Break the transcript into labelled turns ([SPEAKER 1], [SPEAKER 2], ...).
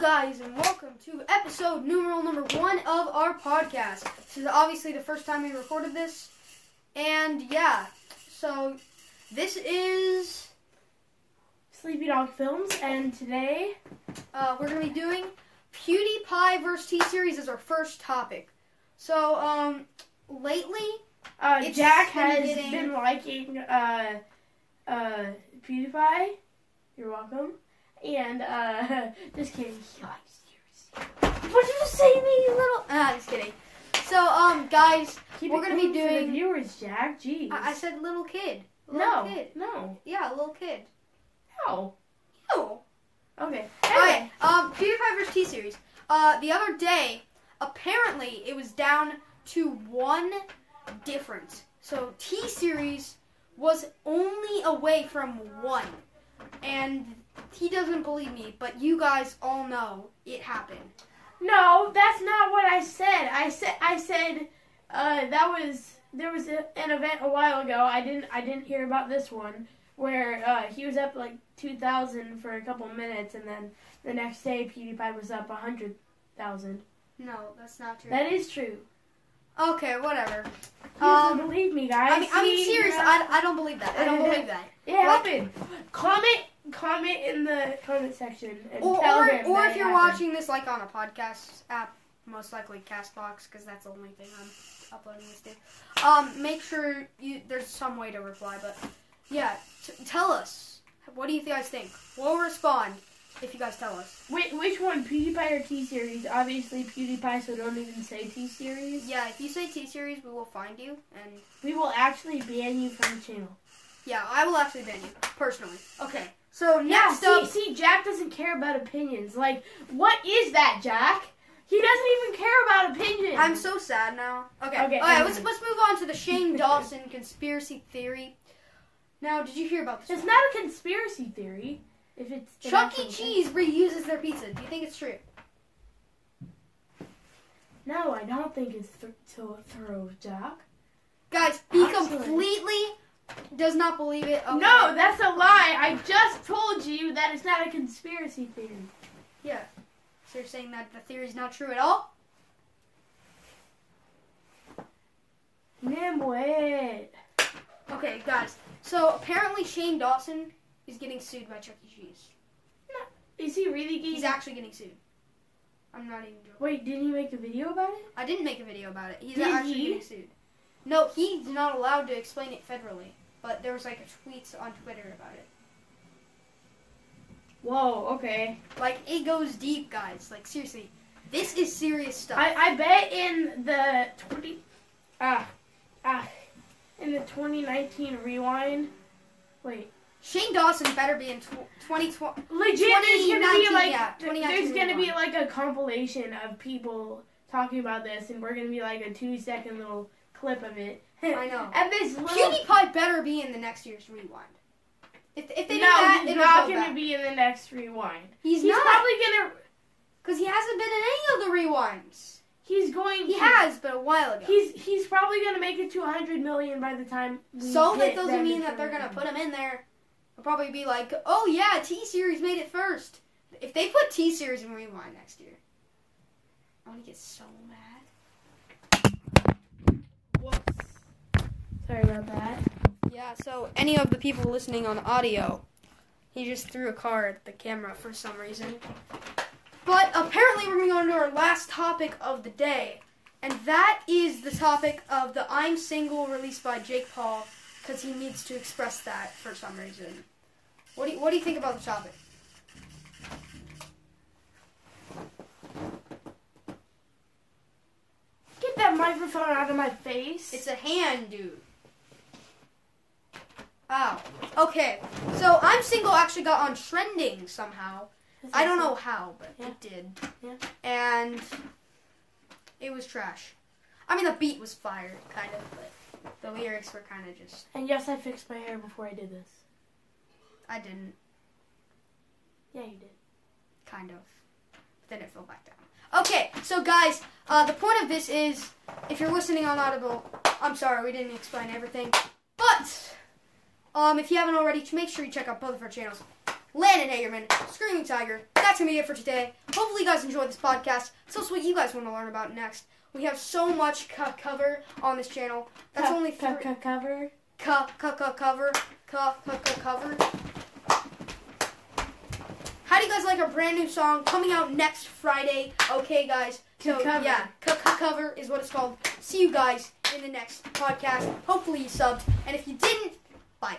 [SPEAKER 1] guys, and welcome to episode numeral number one of our podcast. This is obviously the first time we recorded this, and yeah, so this is
[SPEAKER 2] Sleepy Dog Films, and today
[SPEAKER 1] uh, we're gonna be doing PewDiePie vs. T Series as our first topic. So um, lately,
[SPEAKER 2] uh,
[SPEAKER 1] It's
[SPEAKER 2] Jack
[SPEAKER 1] been
[SPEAKER 2] has
[SPEAKER 1] getting-
[SPEAKER 2] been liking uh, uh, PewDiePie. You're welcome. And uh, just kidding. He likes you.
[SPEAKER 1] what did you say, me little? Ah, just kidding. So um, guys,
[SPEAKER 2] Keep
[SPEAKER 1] We're
[SPEAKER 2] it
[SPEAKER 1] gonna be
[SPEAKER 2] clean for the
[SPEAKER 1] doing-
[SPEAKER 2] viewers, Jack. Jeez.
[SPEAKER 1] I, I said little kid. Little
[SPEAKER 2] no,
[SPEAKER 1] kid.
[SPEAKER 2] no,
[SPEAKER 1] Yeah, little kid.
[SPEAKER 2] no.
[SPEAKER 1] Oh.
[SPEAKER 2] Okay.
[SPEAKER 1] Okay, um, PewDiePie vs. T Series. Uh, the other day, apparently it was down to one difference. So T Series was only away from one. And he doesn't believe me, but you guys all know it happened.
[SPEAKER 2] No, that's not what I said. I said I said uh, that was there was a, an event a while ago. I didn't I didn't hear about this one where uh, he was up like two thousand for a couple minutes, and then the next day PewDiePie was up hundred thousand.
[SPEAKER 1] No, that's not true.
[SPEAKER 2] That is true.
[SPEAKER 1] Okay, whatever.
[SPEAKER 2] He doesn't
[SPEAKER 1] Um,
[SPEAKER 2] believe me, guys.
[SPEAKER 1] I mean, I mean,
[SPEAKER 2] He-
[SPEAKER 1] seriously, I, I don't believe that. I don't believe that.
[SPEAKER 2] it happened. Comment comment in the comment section and
[SPEAKER 1] Or,
[SPEAKER 2] tell
[SPEAKER 1] or,
[SPEAKER 2] him
[SPEAKER 1] or
[SPEAKER 2] that
[SPEAKER 1] if
[SPEAKER 2] it
[SPEAKER 1] you're
[SPEAKER 2] happened.
[SPEAKER 1] watching this like on a podcast app, most likely Castbox, because that's the only thing I'm uploading this to. Um, make sure you there's some way to reply, but yeah, t- tell us. What do you guys think? We'll respond if you guys tell us.
[SPEAKER 2] Whi- which one, PewDiePie or T Series? Obviously PewDiePie, so don't even say T Series.
[SPEAKER 1] Yeah, if you say T series, we will find you, and
[SPEAKER 2] We will actually ban you from the channel.
[SPEAKER 1] yeah, I will actually ban you personally. Okay, so
[SPEAKER 2] Yeah,
[SPEAKER 1] next
[SPEAKER 2] see,
[SPEAKER 1] up,
[SPEAKER 2] see, Jack doesn't care about opinions. Like, what is that, Jack? He doesn't even care about opinions.
[SPEAKER 1] I'm so sad now. Okay.
[SPEAKER 2] Okay, um,
[SPEAKER 1] All right.
[SPEAKER 2] anyway.
[SPEAKER 1] Let's, let's move on to the Shane Dawson conspiracy theory. Now, did you hear about this? one?
[SPEAKER 2] It's not a conspiracy theory. If it's an
[SPEAKER 1] Chuck E.
[SPEAKER 2] actual thing.
[SPEAKER 1] Cheese reuses their pizza. Do you think it's true?
[SPEAKER 2] No, I don't think it's th- to throw, Jack.
[SPEAKER 1] Guys, he
[SPEAKER 2] Absolutely.
[SPEAKER 1] completely does not believe it. Okay.
[SPEAKER 2] No, that's a lie. I just told you that it's not a conspiracy theory.
[SPEAKER 1] So you're saying that the theory's not true at all?
[SPEAKER 2] Nimwit.
[SPEAKER 1] Okay, guys. So apparently Shane Dawson is getting sued by Chuck E. Cheese.
[SPEAKER 2] Is he really getting?
[SPEAKER 1] He's actually getting sued. I'm not even joking.
[SPEAKER 2] Wait, didn't he make a video about it?
[SPEAKER 1] I didn't make a video about it. He's
[SPEAKER 2] Did
[SPEAKER 1] actually
[SPEAKER 2] he?
[SPEAKER 1] getting sued. No, he's not allowed to explain it federally. But there was like a tweet on Twitter about it.
[SPEAKER 2] Whoa. Okay.
[SPEAKER 1] Like it goes deep, guys. Like seriously, this is serious stuff.
[SPEAKER 2] I, I bet in the twenty ah ah in the twenty nineteen rewind. Wait,
[SPEAKER 1] Shane Dawson better be in tw- 2020.
[SPEAKER 2] legit? There's gonna be
[SPEAKER 1] 2019,
[SPEAKER 2] like
[SPEAKER 1] yeah,
[SPEAKER 2] th-
[SPEAKER 1] 2019
[SPEAKER 2] there's gonna be
[SPEAKER 1] rewind.
[SPEAKER 2] like a compilation of people talking about this, and we're gonna be like a two second little clip of it.
[SPEAKER 1] I know.
[SPEAKER 2] and this little
[SPEAKER 1] PewDiePie better be in the next year's rewind. If, if they do
[SPEAKER 2] no,
[SPEAKER 1] that,
[SPEAKER 2] he's
[SPEAKER 1] it'll
[SPEAKER 2] not
[SPEAKER 1] go
[SPEAKER 2] gonna
[SPEAKER 1] back.
[SPEAKER 2] be in the next rewind.
[SPEAKER 1] he's,
[SPEAKER 2] He's,
[SPEAKER 1] not
[SPEAKER 2] probably gonna.
[SPEAKER 1] because he hasn't been in any of the rewinds.
[SPEAKER 2] He's going.
[SPEAKER 1] He
[SPEAKER 2] to,
[SPEAKER 1] has, but a while ago.
[SPEAKER 2] He's he's probably gonna make it to 100 million by the time. we
[SPEAKER 1] so that
[SPEAKER 2] get
[SPEAKER 1] doesn't
[SPEAKER 2] them
[SPEAKER 1] mean
[SPEAKER 2] into
[SPEAKER 1] that they're
[SPEAKER 2] the
[SPEAKER 1] gonna
[SPEAKER 2] rewind.
[SPEAKER 1] put him in there. They'll probably be like, oh yeah, T Series made it first. If they put T Series in rewind next year, I want to get so mad.
[SPEAKER 2] Whoops. Sorry about that.
[SPEAKER 1] Yeah. So any of the people listening on audio, he just threw a car at the camera for some reason. But apparently, we're going to go into our last topic of the day, and that is the topic of the I'm Single released by Jake Paul, because he needs to express that for some reason. What do you, what do you think about the topic?
[SPEAKER 2] Get that microphone out of my face.
[SPEAKER 1] It's a hand, dude. Ow. Okay, so I'm Single actually got on trending somehow. I don't know how, but
[SPEAKER 2] Yeah.
[SPEAKER 1] it did.
[SPEAKER 2] Yeah.
[SPEAKER 1] And it was trash. I mean, the beat was fire, kind of, but the lyrics were kind of just.
[SPEAKER 2] And yes, I fixed my hair before I did this.
[SPEAKER 1] I didn't,
[SPEAKER 2] Yeah, you did.
[SPEAKER 1] kind of. But then it fell back down. Okay, so guys, uh, the point of this is if you're listening on Audible, I'm sorry, we didn't explain everything. But um, if you haven't already, make sure you check out both of our channels. Landon Hagerman, Screaming Tiger. That's gonna be it for today. Hopefully, you guys enjoyed this podcast. Tell us what you guys want to learn about next. We have so much c- cover on this channel. That's
[SPEAKER 2] Cu-
[SPEAKER 1] only
[SPEAKER 2] cu-
[SPEAKER 1] three.
[SPEAKER 2] cu- cover.
[SPEAKER 1] Cup, cup, cup, cover, cup, cup, cup, cover. How do you guys like our brand new song coming out next Friday? Okay, guys. So
[SPEAKER 2] Cup cover.
[SPEAKER 1] yeah, cup, cup, cover is what it's called. See you guys in the next podcast. Hopefully you subbed, and if you didn't, bye.